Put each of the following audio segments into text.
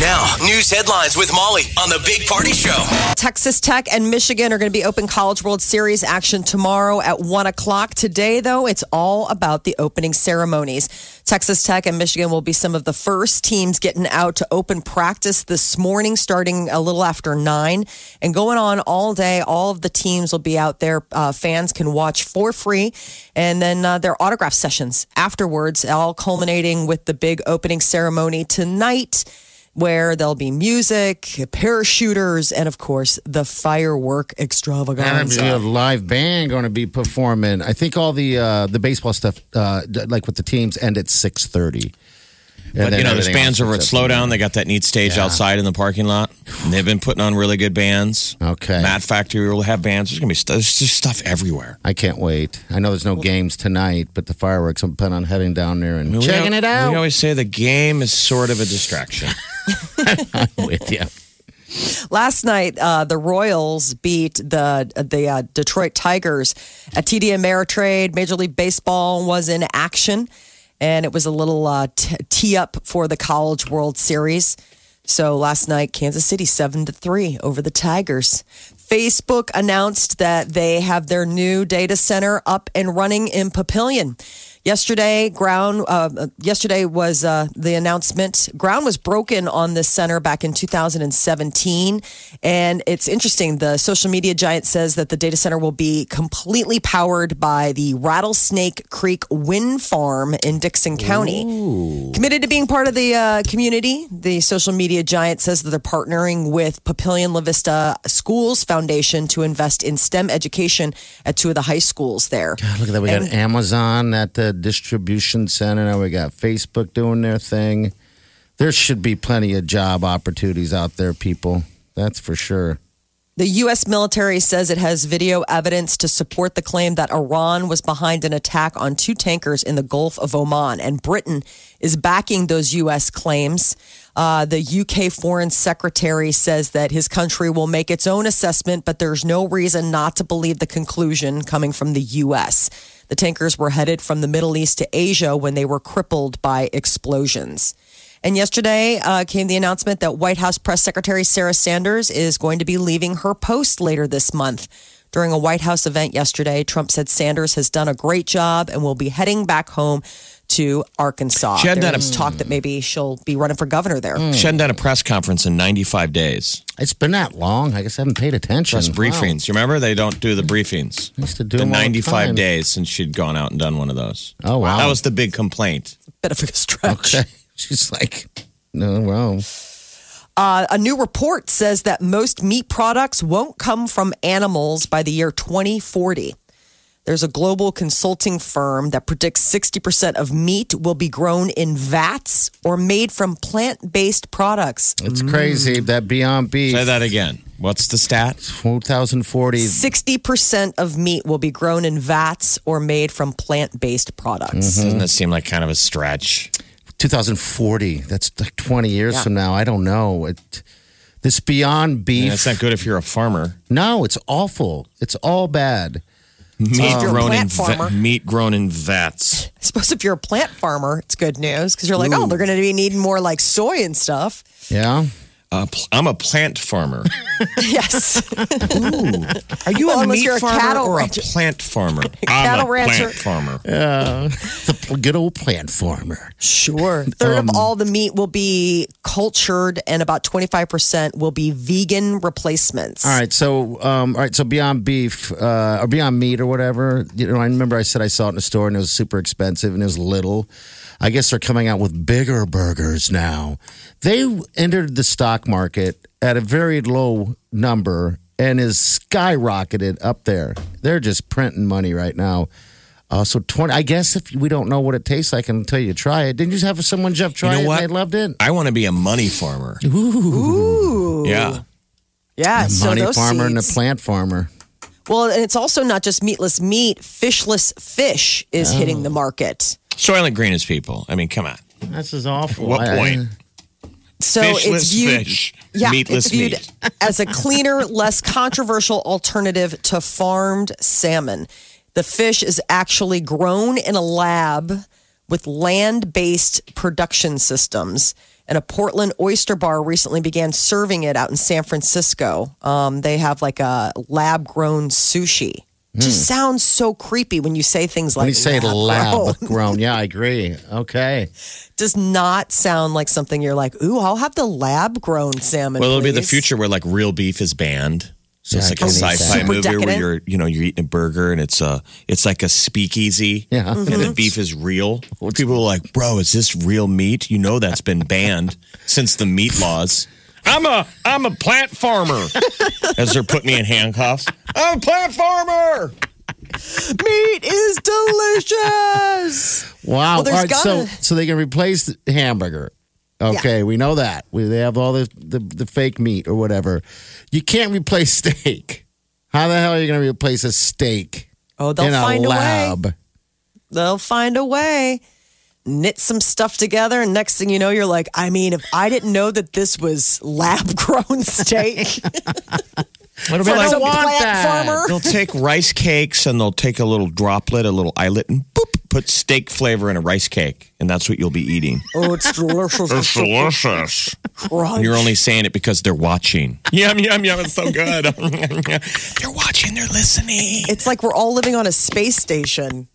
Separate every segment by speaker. Speaker 1: Now, news headlines with Molly on the Big Party Show.
Speaker 2: Texas Tech and Michigan are going to be open College World Series action tomorrow at 1 o'clock. Today, though, it's all about the opening ceremonies. Texas Tech and Michigan will be some of the first teams getting out to open practice this morning, starting a little after 9 and going on all day. All of the teams will be out there. Uh, fans can watch for free. And then uh, their autograph sessions afterwards, all culminating with the big opening ceremony tonight where there'll be music, parachuters, and of course the firework
Speaker 3: And we have
Speaker 2: extravaganza.
Speaker 3: live band going to be performing. I think all the uh, the baseball stuff, uh, d- like with the teams, end at six thirty.
Speaker 4: But you know, there's bands over at Slowdown. They got that neat stage outside in the parking lot. And they've been putting on really good bands.
Speaker 3: Okay.
Speaker 4: Matt Factory will have bands. There's gonna be st- there's just stuff everywhere.
Speaker 3: I can't wait. I know there's no games tonight, but the fireworks. I'm planning on heading down there and
Speaker 4: We
Speaker 3: checking
Speaker 4: al-
Speaker 3: it out.
Speaker 4: We always say the game is sort of a distraction.
Speaker 3: I'm with you.
Speaker 2: Last night, uh, the Royals beat the the uh, Detroit Tigers. At TD Ameritrade, Major League Baseball was in action, and it was a little uh, t- tee up for the College World Series. So last night, Kansas City seven to three over the Tigers. Facebook announced that they have their new data center up and running in Papillion. Yesterday, ground. Uh, yesterday was uh, the announcement. Ground was broken on this center back in 2017, and it's interesting. The social media giant says that the data center will be completely powered by the Rattlesnake Creek Wind Farm in Dixon County. Committed to being part of the uh, community, the social media giant says that they're partnering with Papillion La Vista Schools Foundation to invest in STEM education at two of the high schools there.
Speaker 3: God, look at that. We got Amazon at the distribution center. Now we got Facebook doing their thing. There should be plenty of job opportunities out there, people. That's for sure.
Speaker 2: The U.S. military says it has video evidence to support the claim that Iran was behind an attack on two tankers in the Gulf of Oman, and Britain is backing those U.S. claims. Uh, the U.K. Foreign Secretary says that his country will make its own assessment, but there's no reason not to believe the conclusion coming from the U.S. The tankers were headed from the Middle East to Asia when they were crippled by explosions. And yesterday uh, came the announcement that White House Press Secretary Sarah Sanders is going to be leaving her post later this month. During a White House event yesterday, Trump said Sanders has done a great job and will be heading back home to Arkansas.
Speaker 4: She had
Speaker 2: There
Speaker 4: done a- Mm.
Speaker 2: was talk that maybe she'll be running for governor there.
Speaker 3: Hmm.
Speaker 4: She hadn't done a press conference in 95 days.
Speaker 3: It's been that long. I guess I haven't paid attention.
Speaker 4: Press
Speaker 3: Wow.
Speaker 4: briefings. You remember they don't do the briefings.
Speaker 3: I used to do
Speaker 4: the
Speaker 3: them all the
Speaker 4: 95
Speaker 3: time.
Speaker 4: days since she'd gone out and done one of those.
Speaker 3: Oh, wow.
Speaker 4: That was the big complaint.
Speaker 2: Bit of a stretch.
Speaker 3: Okay. She's like, no, well,
Speaker 2: Uh, a new report says that most meat products won't come from animals by the year 2040. There's a global consulting firm that predicts 60% of meat will be grown in vats or made from plant based products.
Speaker 3: it's crazy that Beyond Beef
Speaker 4: Mm. Say that again. What's the stat?
Speaker 3: 2040.
Speaker 2: 60% of meat will be grown in vats or made from plant based products.
Speaker 4: Doesn't that seem like kind of a stretch?
Speaker 3: 2040. That's like 20 years from now. I don't know. It, this Beyond
Speaker 4: I mean,
Speaker 3: Beef.
Speaker 4: that's not good if you're a farmer.
Speaker 3: no, it's awful. It's all bad.
Speaker 4: Meat
Speaker 2: if you're a
Speaker 4: grown in
Speaker 2: plant farmer.
Speaker 4: meat grown in vats.
Speaker 2: I suppose if you're a plant farmer, it's good news because you're like, oh, they're going to be needing more like soy and stuff.
Speaker 3: Yeah.
Speaker 4: Uh, pl- I'm a plant farmer.
Speaker 2: Yes.
Speaker 4: Are you
Speaker 2: Well, unless you're a cattle
Speaker 4: or
Speaker 2: rancher.
Speaker 4: a plant farmer?
Speaker 2: Cattle
Speaker 4: I'm a
Speaker 2: rancher.
Speaker 4: plant farmer.
Speaker 3: The pl- good old plant farmer.
Speaker 2: Sure. Third
Speaker 3: Um,
Speaker 2: of all the meat will be cultured, and about twenty five percent will be vegan replacements.
Speaker 3: All right, so um, all right, so Beyond Beef uh, or Beyond Meat or whatever, you know, I remember I said I saw it in a store and it was super expensive and it was little. I guess they're coming out with bigger burgers now. They entered the stock market at a very low number and is skyrocketed up there. They're just printing money right now. Uh, so twenty. I guess if we don't know what it tastes like until you try it, didn't you have someone Jeff try
Speaker 4: know
Speaker 3: it
Speaker 4: what?
Speaker 3: and they loved it?
Speaker 4: I want to be a money farmer.
Speaker 2: Ooh.
Speaker 4: Yeah.
Speaker 2: Yeah.
Speaker 3: The
Speaker 2: so
Speaker 3: money
Speaker 2: those
Speaker 3: farmer and
Speaker 2: seeds-
Speaker 3: the plant farmer.
Speaker 2: Well, and it's also not just meatless meat, fishless fish
Speaker 3: Oh.
Speaker 2: is hitting the market.
Speaker 4: Soylent Green is people. I mean, come on.
Speaker 3: This is awful.
Speaker 4: What
Speaker 3: I- I-
Speaker 4: point?
Speaker 2: So it's
Speaker 4: Fishless
Speaker 2: viewed,
Speaker 4: fish.
Speaker 2: Yeah,
Speaker 4: Meatless
Speaker 2: it's viewed
Speaker 4: meat.
Speaker 2: as a cleaner, less controversial alternative to farmed salmon. The fish is actually grown in a lab with land based production systems. And a Portland oyster bar recently began serving it out in San Francisco. Um, they have like a lab grown sushi. Just sounds so creepy when you say things like
Speaker 3: when you say
Speaker 2: lab-grown.
Speaker 3: lab grown, yeah, I agree. Okay,
Speaker 2: does not sound like something you're like, ooh, I'll have the lab grown salmon.
Speaker 4: Well, it'll be the
Speaker 2: please."
Speaker 4: future where like real beef is banned. So
Speaker 3: Yeah,
Speaker 4: it's like a
Speaker 3: I can see
Speaker 4: sci-fi
Speaker 2: that.
Speaker 4: movie
Speaker 2: Super
Speaker 4: where
Speaker 2: decadent.
Speaker 4: you're, you know, you're eating a burger and it's a, it's like a speakeasy.
Speaker 3: Yeah.
Speaker 4: And
Speaker 2: Mm-hmm.
Speaker 4: the beef is real. People are like, bro, is this real meat? You know that's been banned since the meat laws. I'm a, I'm a plant farmer. As they're putting me in handcuffs. I'm a plant farmer.
Speaker 2: Meat is delicious.
Speaker 3: wow.
Speaker 2: Well, there's
Speaker 3: all right, so
Speaker 2: gotta-
Speaker 3: so they can replace the hamburger. Okay, we know that. We, they have all the, the the fake meat or whatever. You can't replace steak. How the hell are you going to replace a steak
Speaker 2: Oh, they'll
Speaker 3: in a
Speaker 2: find a, way.
Speaker 3: lab?
Speaker 2: They'll find a way. Knit some stuff together, and next thing you know, you're like, I mean, if I didn't know that this was lab grown steak,
Speaker 4: What
Speaker 2: For
Speaker 4: about
Speaker 2: some
Speaker 4: like,
Speaker 3: want
Speaker 2: plant
Speaker 3: that.
Speaker 2: farmer.
Speaker 4: they'll take rice cakes and they'll take a little droplet, a little eyelet, and boop, put steak flavor in a rice cake, and that's what you'll be eating.
Speaker 2: Oh, it's delicious. It's
Speaker 4: delicious.
Speaker 2: crunch.
Speaker 4: You're only saying it because they're watching. Yum yum yum! It's so good. they're watching. They're listening.
Speaker 2: It's like we're all living on a space station.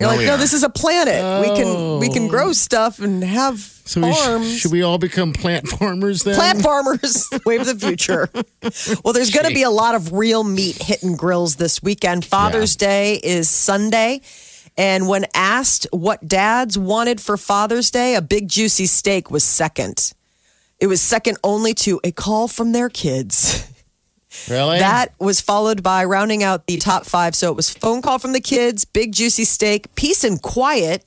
Speaker 2: You're like,
Speaker 3: we
Speaker 2: no,
Speaker 3: are.
Speaker 2: this is a planet. We can we can grow stuff and have
Speaker 3: Oh. So we sh-
Speaker 2: farms.
Speaker 3: should we all become plant farmers then?
Speaker 2: Plant farmers, wave of the future. Well, there's going to be a lot of real meat hitting grills this weekend. Father's Day is Sunday. And when asked what dads wanted for Father's Day, a big juicy steak was second. It was second only to a call from their kids.
Speaker 3: really?
Speaker 2: That was followed by rounding out the top five. So it was phone call from the kids, big juicy steak, peace and quiet,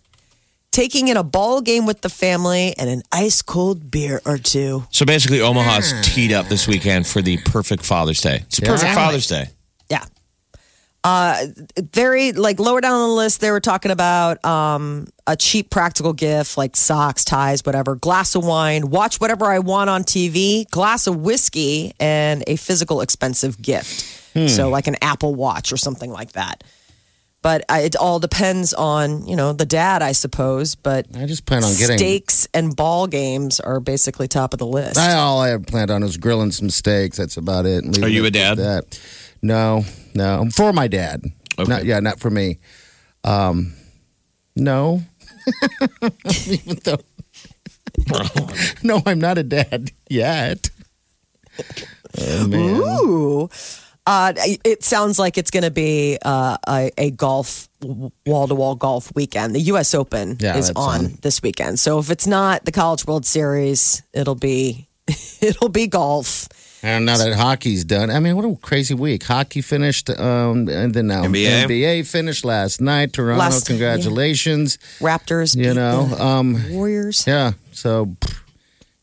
Speaker 2: taking in a ball game with the family, and an ice cold beer or two.
Speaker 4: So basically, Omaha's teed up this weekend for the perfect Father's Day. It's a perfect Father's Day.
Speaker 2: Yeah. Uh, very like lower down on the list, they were talking about um, a cheap practical gift like socks, ties, whatever, glass of wine, watch whatever I want on TV, glass of whiskey, and a physical expensive gift.
Speaker 3: Hmm.
Speaker 2: So, like an Apple Watch or something like that. But I, it all depends on, you know, the dad, I suppose. But
Speaker 3: I just plan on getting.
Speaker 2: steaks and ball games are basically top of the list.
Speaker 3: I all I ever planned on was grilling some steaks. That's about it. and leaving
Speaker 4: you
Speaker 3: it
Speaker 4: a
Speaker 3: at
Speaker 4: dad?
Speaker 3: That. No, no. I'm for my dad. Not, yeah, not for me. Um, no. Even though. no, I'm not a dad yet. Oh, man.
Speaker 2: Ooh. Uh, it sounds like it's going to be uh, a, a golf, wall to wall golf weekend. The U.S. Open
Speaker 3: Yeah,
Speaker 2: is
Speaker 3: that's
Speaker 2: on this weekend. So if it's not the College World Series, it'll be. It'll be golf.
Speaker 3: And now that hockey's done, I mean, what a crazy week. Hockey finished, um, and then now
Speaker 4: NBA?
Speaker 3: finished last night. Toronto,
Speaker 2: Last-
Speaker 3: congratulations.
Speaker 2: Raptors,
Speaker 3: You
Speaker 2: beat
Speaker 3: know,
Speaker 2: the
Speaker 3: um,
Speaker 2: Warriors.
Speaker 3: Yeah. So pff,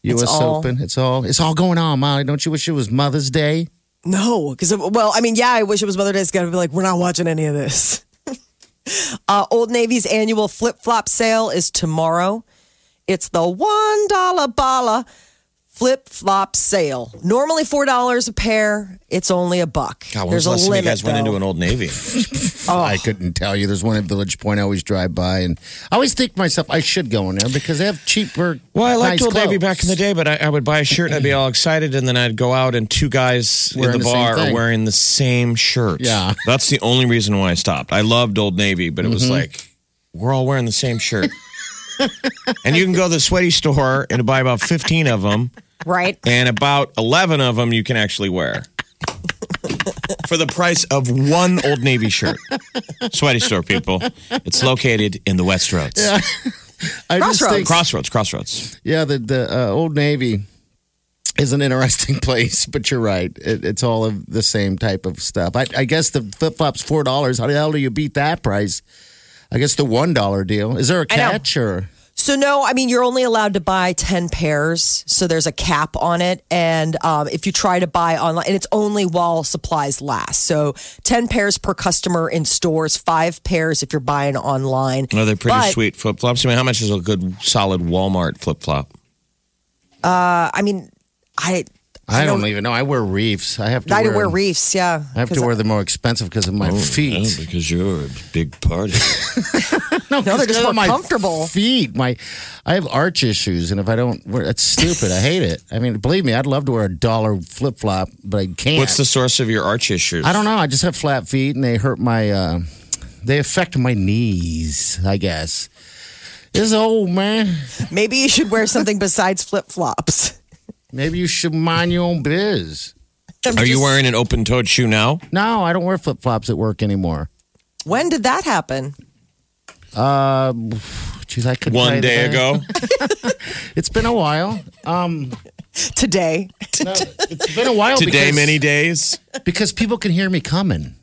Speaker 2: It's
Speaker 3: U.S.
Speaker 2: all-
Speaker 3: Open. It's all it's all going on, Molly. Don't you wish it was Mother's Day?
Speaker 2: No, because well, I mean, yeah, I wish it was Mother Day. It's got to be like we're not watching any of this. uh, Old Navy's annual flip flop sale is tomorrow. It's the one dollar bala flip flop sale. Normally four dollars a pair. It's only a buck.
Speaker 4: God, when
Speaker 2: There's
Speaker 4: was the
Speaker 2: a
Speaker 4: last time you
Speaker 2: limit.
Speaker 4: guys went
Speaker 2: though.
Speaker 4: into an Old Navy?
Speaker 3: I couldn't tell you. There's one at Village Point I always drive by, and I always think to myself I should go in there because they have cheaper.
Speaker 4: Well, I liked
Speaker 3: nice
Speaker 4: Old
Speaker 3: clothes.
Speaker 4: Navy back in the day, but I, I would buy a shirt and I'd be all excited, and then I'd go out and two guys
Speaker 3: Wearing
Speaker 4: in the,
Speaker 3: the same
Speaker 4: bar are
Speaker 3: thing.
Speaker 4: wearing the same shirt.
Speaker 3: Yeah. Mm-hmm.
Speaker 4: that's the only reason why I stopped. I loved Old Navy, but it was like we're all wearing the same shirt, and you can go to the sweaty store and buy about fifteen of them,
Speaker 2: right?
Speaker 4: and about eleven of them you can actually wear for the price of one Old Navy shirt. Sweaty store, people. It's located in the West Roads,
Speaker 3: I just
Speaker 2: Crossroads.
Speaker 3: think-
Speaker 4: Crossroads, Crossroads.
Speaker 3: yeah, the the uh, Old Navy is an interesting place, but you're right. It, it's all of the same type of stuff. I, I guess the flip flops four dollars. How the hell do you beat that price? I guess the one dollar deal. Is there a
Speaker 2: I know.
Speaker 3: catch or?
Speaker 2: So no, I mean you're only allowed to buy ten pairs, so there's a cap on it. And um, if you try to buy online, and it's only while supplies last. So ten pairs per customer in stores, five pairs if you're buying online.
Speaker 4: No, they're pretty
Speaker 2: But,
Speaker 4: sweet flip flops. I mean, how much is a good solid Walmart flip flop?
Speaker 2: uh, I mean, I
Speaker 3: I don't even know. I wear reefs. I have to.
Speaker 2: I
Speaker 3: wear,
Speaker 2: do wear reefs. Yeah,
Speaker 3: I have to
Speaker 2: 'Cause
Speaker 3: wear the more expensive because of my
Speaker 4: Oh,
Speaker 3: feet.
Speaker 4: because you're a big party.
Speaker 2: No, they're just
Speaker 3: Because of
Speaker 2: more
Speaker 3: my
Speaker 2: comfortable.
Speaker 3: Feet, my, I have arch issues, and if I don't, wear, that's stupid. I hate it. I mean, believe me, I'd love to wear a dollar flip flop, but I can't.
Speaker 4: What's the source of your arch issues?
Speaker 3: I don't know. I just have flat feet, and they hurt my. Uh, they affect my knees. I guess. It's old man.
Speaker 2: Maybe you should wear something besides flip flops.
Speaker 3: Maybe you should mind your own biz.
Speaker 4: Are you wearing an open toed shoe now?
Speaker 3: No, I don't wear flip flops at work anymore.
Speaker 2: When did that happen?
Speaker 3: Jeez, Uh, I could tell
Speaker 4: One
Speaker 3: you
Speaker 4: day
Speaker 3: that.
Speaker 4: ago.
Speaker 3: It's been a while.
Speaker 2: Today.
Speaker 3: It's been a while
Speaker 4: Today,
Speaker 3: because,
Speaker 4: many days.
Speaker 3: because people can hear me coming.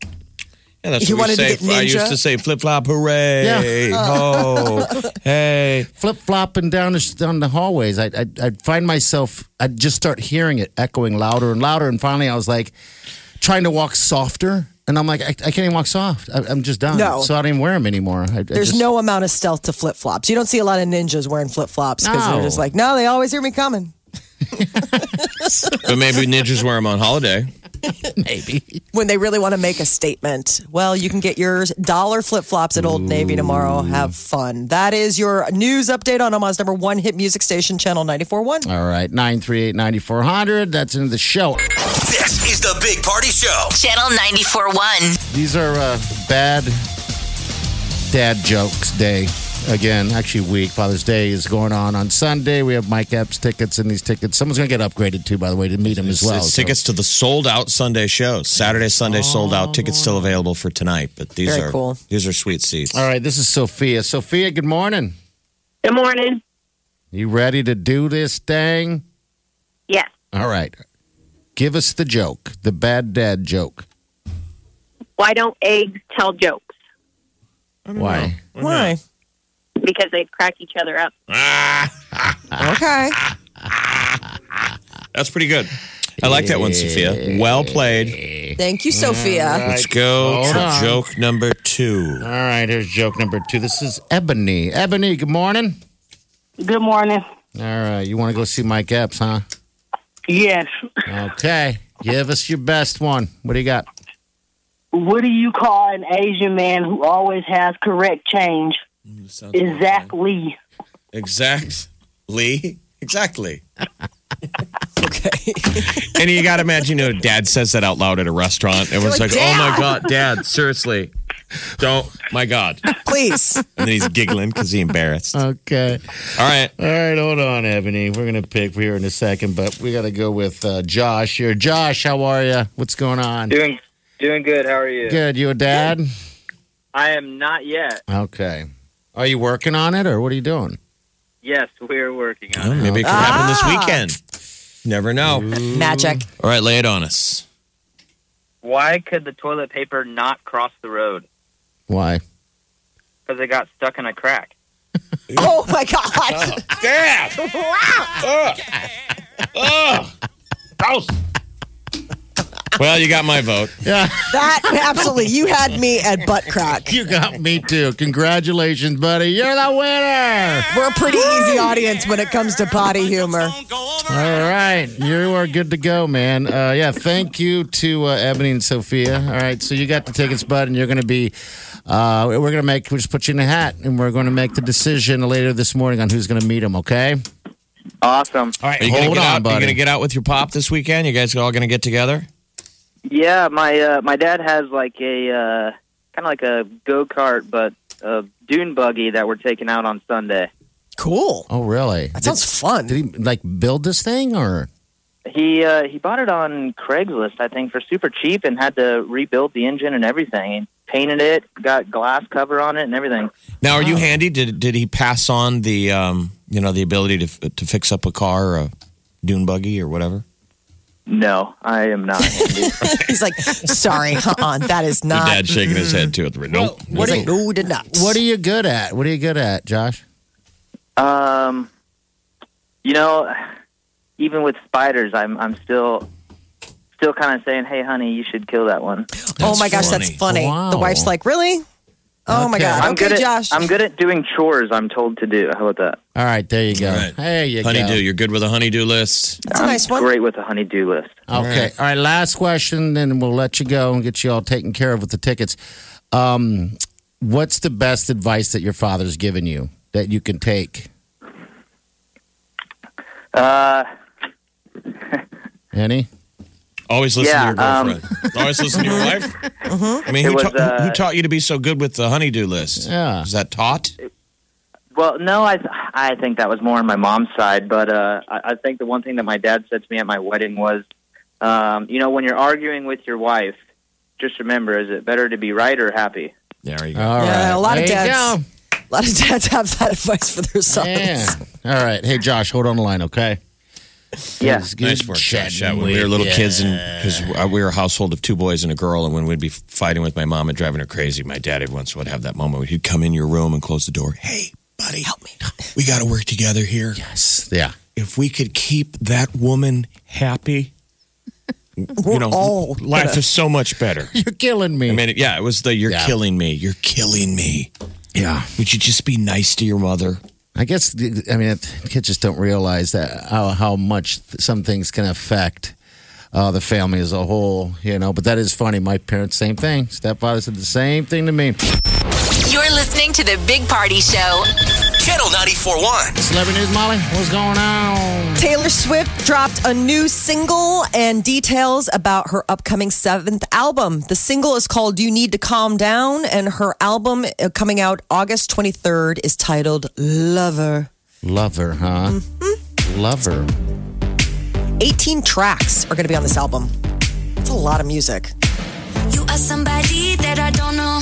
Speaker 4: Yeah, that's
Speaker 2: You
Speaker 4: what we
Speaker 2: wanted to
Speaker 4: say.
Speaker 2: get
Speaker 4: I used
Speaker 2: ninja?
Speaker 4: to say flip flop, hooray!
Speaker 3: Yeah.
Speaker 4: Oh, hey!
Speaker 3: flip flopping down the, down the hallways. I, I I'd find myself. I'd just start hearing it echoing louder and louder. And finally, I was like, trying to walk softer. And I'm like, I, I can't even walk soft. I, I'm just done.
Speaker 2: No.
Speaker 3: So I don't even wear them anymore. I,
Speaker 2: There's no amount of stealth to flip flops. You don't see a lot of ninjas wearing flip flops because
Speaker 3: No.
Speaker 2: they're just like, no, they always hear me coming.
Speaker 4: But maybe ninjas wear them on holiday.
Speaker 3: maybe.
Speaker 2: When they really want to make a statement, well, you can get your dollar flip flops at Old Navy tomorrow. Have fun. That is your news update on Omaha's number one hit music station, Channel 94.1.
Speaker 3: All right, nine three eight ninety four hundred. That's into the show.
Speaker 1: This is the Big Party Show.
Speaker 5: Channel 94.1.
Speaker 3: These are uh, bad dad jokes day again. Actually, week Father's Day is going on on Sunday. We have Mike Epps tickets, and these tickets someone's going to get upgraded too. By the way, to meet him as well.
Speaker 4: it's
Speaker 3: So-
Speaker 4: tickets to the sold out Sunday shows. Saturday, Sunday sold out. Tickets still available for tonight. But these
Speaker 2: Very
Speaker 4: are
Speaker 2: cool.
Speaker 4: these are sweet seats.
Speaker 3: All right, this is Sophia. Sophia, good morning.
Speaker 6: Good morning.
Speaker 3: You ready to do this thing?
Speaker 6: Yes.
Speaker 3: All right. Give us the joke, the bad dad joke.
Speaker 6: Why don't eggs tell jokes?
Speaker 3: Why?
Speaker 2: Why?
Speaker 6: Because they crack each other up.
Speaker 2: Okay.
Speaker 4: That's pretty good. I like that one, Sophia. Well played.
Speaker 2: Thank you, Sophia.
Speaker 4: Let's go
Speaker 3: Hold
Speaker 4: to
Speaker 3: on.
Speaker 4: joke number two.
Speaker 3: All right, here's joke number two. This is Ebony. Ebony, good morning.
Speaker 6: Good morning.
Speaker 3: All right, you want to go see Mike Epps, huh?
Speaker 6: Yes.
Speaker 3: Okay, give us your best one. What do you got?
Speaker 6: What do you call an Asian man who always has correct change? Exactly.
Speaker 4: Exactly. Exactly.
Speaker 2: Okay.
Speaker 4: And you got to imagine, you know, dad says that out loud at a restaurant. Everyone's like,
Speaker 2: like,
Speaker 4: oh my God, dad, seriously. Don't, my God. And
Speaker 2: Please.
Speaker 4: then he's giggling because he embarrassed. All
Speaker 3: Okay.
Speaker 4: right.
Speaker 3: All right, hold on, Ebony. We're going to pick here in a second, but we got to go with uh, Josh here. Josh, how are you? What's going on?
Speaker 7: Doing doing good. How are you?
Speaker 3: Good. You a dad?
Speaker 7: I am not yet.
Speaker 3: Okay. Are you working on it or what are you doing?
Speaker 7: Yes, we're working on
Speaker 4: Oh,
Speaker 7: it.
Speaker 4: maybe it could happen this
Speaker 2: Ah.
Speaker 4: weekend. Never know.
Speaker 2: Magic.
Speaker 4: All right, lay it on us.
Speaker 7: Why could the toilet paper not cross the road?
Speaker 3: Why?
Speaker 7: Because it got stuck in a crack.
Speaker 2: Oh my God.
Speaker 4: Dad! Well, you got my vote.
Speaker 2: That absolutely. You had me at butt crack.
Speaker 3: You got me too. Congratulations, buddy. You're the winner.
Speaker 2: We're a pretty easy audience when it comes to potty humor.
Speaker 3: All right. You are good to go, man. Uh, yeah. Thank you to uh, Ebony and Sophia. All right. So you got the tickets, bud, and you're going to be, uh, we're going to make, we'll just put you in a hat and we're going to make the decision later this morning on who's going to meet him, okay?
Speaker 7: Awesome.
Speaker 3: All right.
Speaker 4: Are you gonna
Speaker 3: hold
Speaker 4: get
Speaker 3: on,
Speaker 4: out? Are you
Speaker 3: buddy.
Speaker 4: gonna get out with your pop this weekend? You guys all gonna get together?
Speaker 7: Yeah, my uh, my dad has like a uh, kind of like a go kart, but a dune buggy that we're taking out on Sunday.
Speaker 2: Cool.
Speaker 3: oh, really?
Speaker 2: That sounds fun.
Speaker 3: Did he like build this thing or?
Speaker 7: He uh, he bought it on Craigslist, I think, for super cheap, and had to rebuild the engine and everything. He painted it, got glass cover on it, and everything.
Speaker 4: Now,
Speaker 2: Oh.
Speaker 4: are you handy? Did did he pass on the um, you know, the ability to f- to fix up a car or a dune buggy or whatever?
Speaker 7: No, I am not. Andy.
Speaker 2: He's like, sorry, uh-uh, that is
Speaker 4: Your
Speaker 2: not.
Speaker 4: dad shaking his head too. At the, nope.
Speaker 2: He's like, no, did not.
Speaker 3: What are you good at? What are you good at, Josh?
Speaker 7: um, you know, even with spiders, I'm I'm still still kind of saying, "Hey, honey, you should kill that one."
Speaker 2: oh my gosh, that's funny. The
Speaker 3: Wow.
Speaker 2: wife's like, really? Oh my
Speaker 3: Okay.
Speaker 2: god.
Speaker 7: I'm
Speaker 2: okay,
Speaker 7: good at
Speaker 2: Josh.
Speaker 7: I'm good at doing chores. I'm told to do. How about that?
Speaker 3: All right, there you go.
Speaker 4: All right.
Speaker 3: There you go.
Speaker 4: Honeydew, you're good with a honeydew list.
Speaker 2: That's a nice one.
Speaker 7: Great with a honey-do list.
Speaker 3: Okay. All right. Last question, then we'll let you go and get you all taken care of with the tickets. Um, what's the best advice that your father's given you that you can take?
Speaker 7: Uh,
Speaker 3: Any?
Speaker 4: Always listen
Speaker 7: Yeah, um,
Speaker 4: to your girlfriend. Always listen to your wife.
Speaker 3: Mm-hmm.
Speaker 4: I mean,
Speaker 7: It
Speaker 4: who,
Speaker 7: was,
Speaker 4: ta-
Speaker 7: uh,
Speaker 4: who taught you to be so good with the honeydew list?
Speaker 3: Yeah.
Speaker 4: Is that taught?
Speaker 7: Well, no, I I think that was more on my mom's side, but uh, I, I think the one thing that my dad said to me at my wedding was, um, you know, when you're arguing with your wife, just remember, is it better to be right or happy?
Speaker 4: There you go.
Speaker 3: All right.
Speaker 2: Yeah, a lot of
Speaker 3: There you
Speaker 2: dads.
Speaker 3: go.
Speaker 2: A lot of dads have that advice for their sons.
Speaker 3: Yeah. All right. Hey, Josh, hold on the line, okay?
Speaker 7: Yeah,
Speaker 3: It's good
Speaker 4: Nice work, Josh.
Speaker 3: chatting
Speaker 4: That when we
Speaker 3: with
Speaker 4: were little
Speaker 3: ya.
Speaker 4: kids, and because we were a household of two boys and a girl, and when we'd be fighting with my mom and driving her crazy, my dad every once would have that moment. where He'd come in your room and close the door. Hey, buddy, help me. We got to work together here.
Speaker 3: Yeah.
Speaker 4: If we could keep that woman happy,
Speaker 2: We're
Speaker 4: you know,
Speaker 2: all
Speaker 4: life is so much better.
Speaker 3: You're killing me.
Speaker 4: I mean, yeah, it was the you're
Speaker 3: Yeah.
Speaker 4: killing me. You're killing me.
Speaker 3: yeah.
Speaker 4: Would you just be nice to your mother?
Speaker 3: I guess the- I mean it- kids just don't realize that how how much th- some things can affect uh, the family as a whole, you know. But that is funny. My parents, same thing. Stepfather said the same thing to me.
Speaker 5: You're listening to the Big Party Show.
Speaker 1: Channel 941.
Speaker 3: Celebrity news, Molly. What's going on?
Speaker 2: Taylor Swift dropped a new single and details about her upcoming seventh album. The single is called You Need to Calm Down, and her album uh, coming out August 23rd is titled Lover.
Speaker 3: Lover, huh? Mm-hmm. Lover.
Speaker 2: 18 tracks are going to be on this album. It's a lot of music.
Speaker 8: You are somebody that I don't know.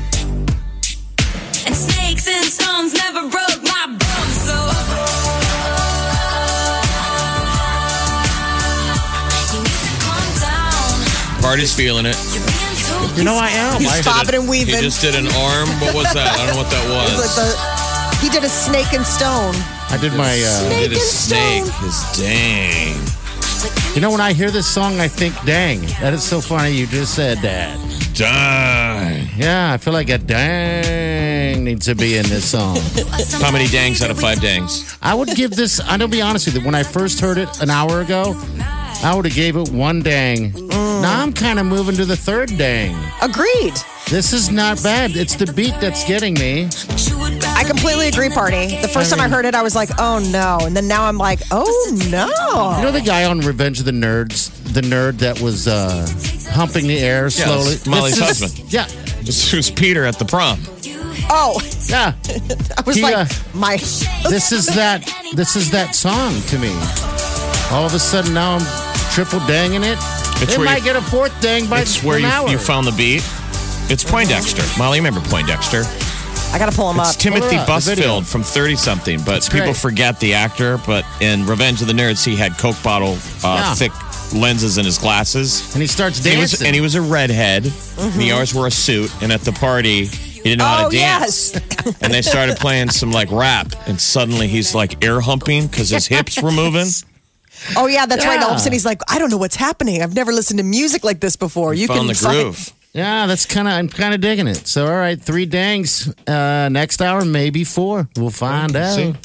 Speaker 8: And snakes and stones never broke my bones. So oh, you need to calm down.
Speaker 4: Party's feeling it.
Speaker 8: You're being too.
Speaker 3: You know I am.
Speaker 2: He's bobbing and
Speaker 4: He
Speaker 2: weaving.
Speaker 4: just did an arm. What was that? I don't know what that
Speaker 2: He's like
Speaker 4: was.
Speaker 2: the- he did a snake and stone.
Speaker 3: I did my. Uh,
Speaker 4: He did a
Speaker 2: Snake
Speaker 4: snake.
Speaker 2: and
Speaker 4: His dang.
Speaker 3: you know, when I hear this song, I think, "Dang, that is so funny." You just said that.
Speaker 4: Dang.
Speaker 3: Yeah, I feel like a dang needs to be in this song.
Speaker 4: How many dangs out of five dangs?
Speaker 3: I would give this. I don't be honest with you. When I first heard it an hour ago, I would have gave it one dang. Now I'm kind of moving to the third dang.
Speaker 2: Agreed.
Speaker 3: This is not bad. It's the beat that's getting me.
Speaker 2: I completely agree, Party. The first time I heard it, I was like, oh no. And then now I'm like, oh
Speaker 3: You
Speaker 2: no.
Speaker 3: know the guy on Revenge of the Nerds, the nerd that was uh, humping the air slowly.
Speaker 4: that's Molly's
Speaker 3: This is-
Speaker 4: husband.
Speaker 3: Yeah,
Speaker 4: This was Peter at the prom.
Speaker 2: Oh,
Speaker 3: yeah.
Speaker 2: I was
Speaker 3: He, uh,
Speaker 2: like, my.
Speaker 3: This is that. This is that song to me. All of a sudden now I'm triple danging it.
Speaker 4: It's
Speaker 3: it
Speaker 4: where
Speaker 3: might
Speaker 4: you-
Speaker 3: get a fourth dang by
Speaker 4: It's where
Speaker 3: an hour.
Speaker 4: you, you found the beat. It's Poindexter. Molly, you remember Poindexter?
Speaker 2: I got to pull him
Speaker 4: It's
Speaker 2: up.
Speaker 4: Timothy
Speaker 3: up, the video.
Speaker 4: Busfield from 30 something, but people
Speaker 3: great.
Speaker 4: forget the actor. But in Revenge of the Nerds, he had Coke bottle
Speaker 3: Yeah.
Speaker 4: uh, thick lenses in his glasses.
Speaker 3: and he starts
Speaker 4: And
Speaker 3: dancing.
Speaker 4: he was, and he was a redhead. And he always wore a suit. And at the party, he didn't know how
Speaker 2: Mm-hmm. oh,
Speaker 4: to dance.
Speaker 2: yes.
Speaker 4: And they started playing some like rap. And suddenly he's like air humping because his hips were moving.
Speaker 2: Oh, yeah, that's right. All of
Speaker 3: Yeah.
Speaker 2: a sudden he's like, I don't know what's happening. I've never listened to music like this before. You
Speaker 4: Found
Speaker 2: can
Speaker 4: the
Speaker 2: find-
Speaker 4: groove.
Speaker 3: Yeah, that's kind of I'm kind of digging it. So all right, three dangs. Uh, next hour, maybe four. We'll find out.
Speaker 4: see.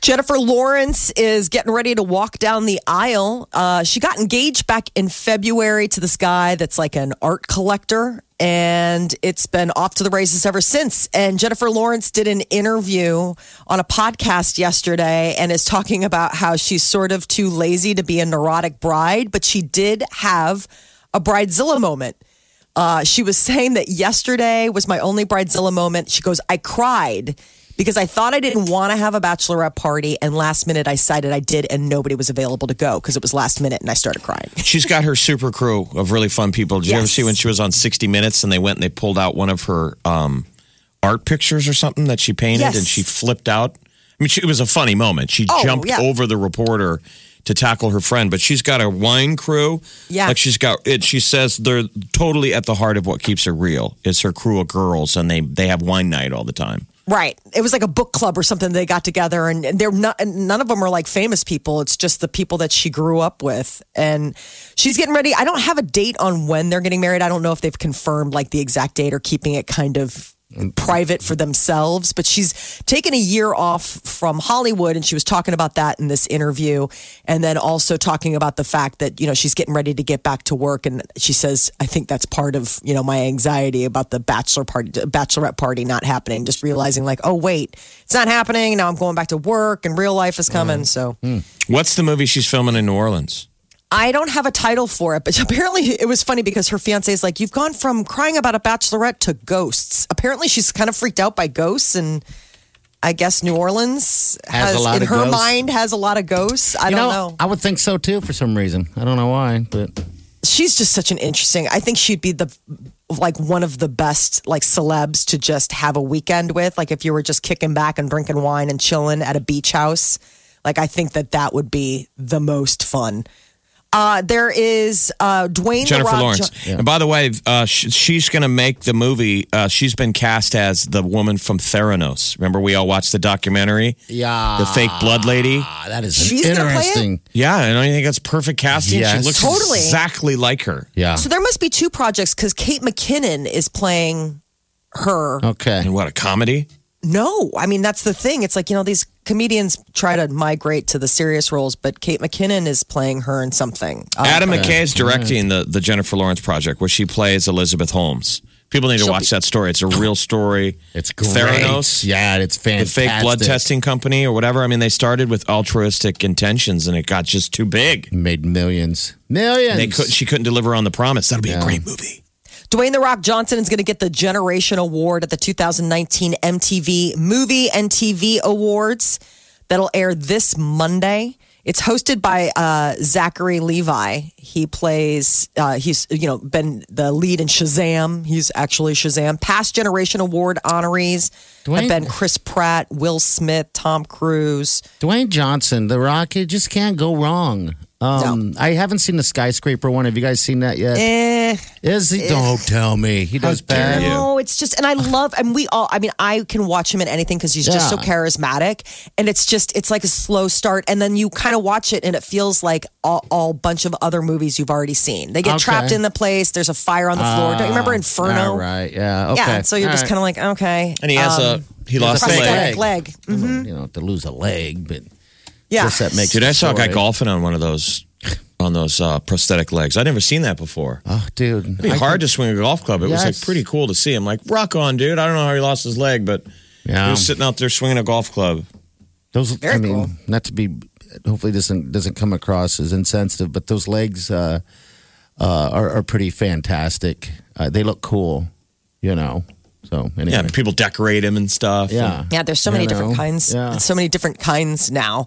Speaker 2: Jennifer Lawrence is getting ready to walk down the aisle. Uh, she got engaged back in February to this guy that's like an art collector, and it's been off to the races ever since. And Jennifer Lawrence did an interview on a podcast yesterday and is talking about how she's sort of too lazy to be a neurotic bride, but she did have a bridezilla moment Uh, she was saying that yesterday was my only bridezilla moment. She goes, I cried because I thought I didn't want to have a bachelorette party, and last minute I decided I did, and nobody was available to go because it was last minute, and I started crying.
Speaker 4: She's got her super crew of really fun people. Did you ever
Speaker 2: Yes.
Speaker 4: see when she was on 60 Minutes and they went and they pulled out one of her um, art pictures or something that she painted
Speaker 2: Yes.
Speaker 4: and she flipped out? I mean, she, it was a funny moment. She
Speaker 2: Oh,
Speaker 4: jumped
Speaker 2: yeah.
Speaker 4: over the reporter to tackle her friend, but she's got a wine crew.
Speaker 2: Yeah.
Speaker 4: Like she's got it. She says they're totally at the heart of what keeps her real. It's her crew of girls and they, they have wine night all the time.
Speaker 2: Right. It was like a book club or something. They got together, and and they're not. and None of them are like famous people. It's just the people that she grew up with, and she's getting ready. I don't have a date on when they're getting married. I don't know if they've confirmed like the exact date or keeping it kind of private for themselves. But she's taken a year off from Hollywood, and she was talking about that in this interview, and then also talking about the fact that you know she's getting ready to get back to work, and she says, "I think that's part of you know my anxiety about the bachelor party, bachelorette party not happening. Just realizing like, oh wait, it's not happening. Now I'm going back to work, and real life is coming. So
Speaker 4: What's the movie she's filming in New Orleans?
Speaker 2: I don't have a title for it, but apparently it was funny because her fiance is like, "You've gone from crying about a bachelorette to ghosts." Apparently, she's kind of freaked out by ghosts, and I guess New Orleans
Speaker 3: Has a lot
Speaker 2: in
Speaker 3: of
Speaker 2: her
Speaker 3: ghosts.
Speaker 2: mind has a lot of ghosts. I
Speaker 3: You
Speaker 2: don't know.
Speaker 3: I would think so too for some reason. I don't know why, but
Speaker 2: she's just such an interesting. I think she'd be the like one of the best like celebs to just have a weekend with. Like if you were just kicking back and drinking wine and chilling at a beach house, like I think that that would be the most fun. Uh, there is uh, Dwayne The
Speaker 4: Jennifer
Speaker 2: Rock
Speaker 4: Lawrence.
Speaker 2: Jo-
Speaker 4: And by the way, uh, sh- she's going to make the movie. Uh, she's been cast as the woman from Theranos. Remember, we all watched the documentary,
Speaker 3: yeah,
Speaker 4: the fake blood lady.
Speaker 3: Ah, that is
Speaker 2: She's gonna play it?
Speaker 3: interesting.
Speaker 4: Yeah, and I think that's perfect casting.
Speaker 3: Yes.
Speaker 4: She looks
Speaker 2: Totally.
Speaker 4: exactly like her.
Speaker 3: Yeah.
Speaker 2: So there must be two projects because Kate McKinnon is playing her.
Speaker 3: Okay.
Speaker 4: And what a comedy!
Speaker 2: No, I mean that's the thing. It's like you know these comedians try to migrate to the serious roles, but Kate McKinnon is playing her in something. Uh,
Speaker 4: Adam McKay is directing the the Jennifer Lawrence project, where she plays Elizabeth Holmes. People need to watch that story. It's a real story.
Speaker 3: It's great.
Speaker 4: Theranos.
Speaker 3: Yeah, it's
Speaker 4: The
Speaker 3: fantastic.
Speaker 4: fake blood testing company or whatever. I mean, they started with altruistic intentions and it got just too big.
Speaker 3: made millions. Millions.
Speaker 4: They could, she couldn't deliver on the promise. That'll be a great movie.
Speaker 2: Dwayne The Rock Johnson is going to get the Generation Award at the 2019 MTV Movie and TV Awards that'll air this Monday. It's hosted by uh, Zachary Levi. He plays, uh, he's, you know, been the lead in Shazam. He's actually Shazam. Past Generation Award honorees have
Speaker 3: Dwayne-
Speaker 2: been Chris Pratt, Will Smith, Tom Cruise.
Speaker 3: Dwayne Johnson, The Rock, it just can't go wrong. Um, I haven't seen the skyscraper one. Have you guys seen that yet?
Speaker 2: Eh.
Speaker 3: Is he? Don't tell me he does bad.
Speaker 2: No, it's just, and I love, and we all, I mean, I can watch him in anything because he's just so
Speaker 3: Yeah.
Speaker 2: charismatic. And it's just, it's like a slow start. And then you kind of watch it and it feels like all, all bunch of other movies you've already seen. They get
Speaker 3: Okay. Ah,
Speaker 2: trapped in the place, there's a fire on the floor. Don't you remember Inferno?
Speaker 3: All right. Yeah. Okay.
Speaker 2: Yeah. So you're
Speaker 3: All
Speaker 2: just
Speaker 3: right.
Speaker 2: kind of like, okay.
Speaker 4: And he has
Speaker 2: um,
Speaker 4: a he lost a
Speaker 3: prosthetic
Speaker 4: leg.
Speaker 2: prosthetic leg.
Speaker 3: You know, You don't have to lose a leg, but
Speaker 2: Mm-hmm. Yeah.
Speaker 3: guess that makes
Speaker 4: Dude, I
Speaker 3: it
Speaker 4: saw a guy
Speaker 3: story.
Speaker 4: golfing on one of those on those uh, prosthetic legs. I'd never seen that before.
Speaker 3: Oh, dude,
Speaker 4: It'd be hard to swing a golf club. It was like
Speaker 3: Yes.
Speaker 4: pretty cool to see. I'm like, rock on, dude. I don't know how he lost his leg, but he
Speaker 3: Yeah.
Speaker 4: was sitting out there swinging a golf club.
Speaker 3: Those,
Speaker 2: Very
Speaker 3: I mean,
Speaker 2: cool.
Speaker 3: not to be, hopefully doesn't doesn't come across as insensitive, but those legs uh, uh, are are pretty fantastic. Uh, they look cool, you know. So anyway,
Speaker 4: Yeah, people decorate him and stuff.
Speaker 3: yeah,
Speaker 2: Yeah, there's so many
Speaker 3: You
Speaker 2: different
Speaker 3: know,
Speaker 2: kinds.
Speaker 3: Yeah.
Speaker 2: So many different kinds now.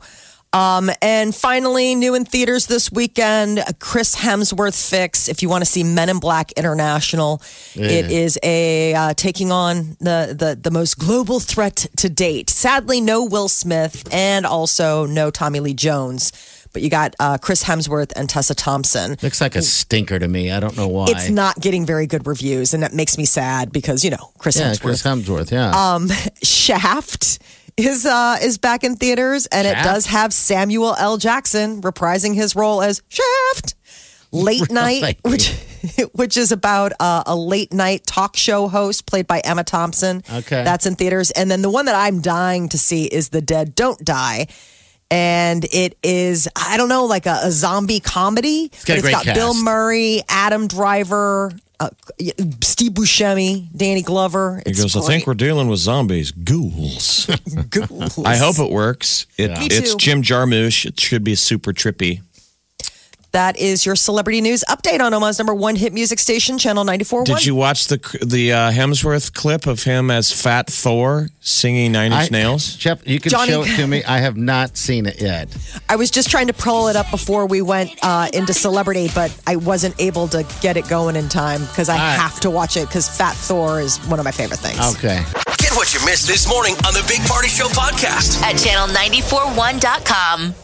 Speaker 2: Um, and finally, new in theaters this weekend, a Chris Hemsworth fix. If you want to see Men in Black International, it is a uh, taking on the, the the most global threat to date. Sadly, no Will Smith and also no Tommy Lee Jones, but you got uh, Chris Hemsworth and Tessa Thompson.
Speaker 3: looks like a stinker to me. I don't know why.
Speaker 2: It's not getting very good reviews, and that makes me sad because you know Chris
Speaker 3: yeah,
Speaker 2: Hemsworth. Um,
Speaker 3: Chris Hemsworth. Yeah,
Speaker 2: Shaft is uh is back in theaters and it
Speaker 3: Shaft?
Speaker 2: does have Samuel L. Jackson reprising his role as Shaft. Late night, which which is about uh, a late night talk show host played by Emma Thompson.
Speaker 3: Okay.
Speaker 2: that's in theaters, and then the one that I'm dying to see is The Dead Don't Die, and it is I don't know like a, a zombie comedy. It's
Speaker 3: got a
Speaker 2: but it's got
Speaker 3: great
Speaker 2: Bill
Speaker 3: cast.
Speaker 2: Murray, Adam Driver, uh, Steve Buscemi, Danny Glover.
Speaker 4: He
Speaker 2: It's
Speaker 4: goes, I
Speaker 2: great.
Speaker 4: think we're dealing with zombies, ghouls. I hope it works. It,
Speaker 2: Me
Speaker 4: It's
Speaker 2: too.
Speaker 4: Jim Jarmusch. It should be super trippy.
Speaker 2: That is your celebrity news update on Omaha's number one hit music station, Channel 94.1.
Speaker 4: Did you watch the the uh, Hemsworth clip of him as Fat Thor singing Nine Inch Nails?
Speaker 3: Jeff, you can
Speaker 2: Johnny-
Speaker 3: show it to me. I have not seen it yet.
Speaker 2: I was just trying to pull it up before we went uh, into celebrity, but I wasn't able to get it going in time because I
Speaker 3: right.
Speaker 2: have to watch it because Fat Thor is one of my favorite things.
Speaker 3: Okay.
Speaker 1: Get what you missed this morning on the Big Party Show podcast.
Speaker 5: at channel941.com.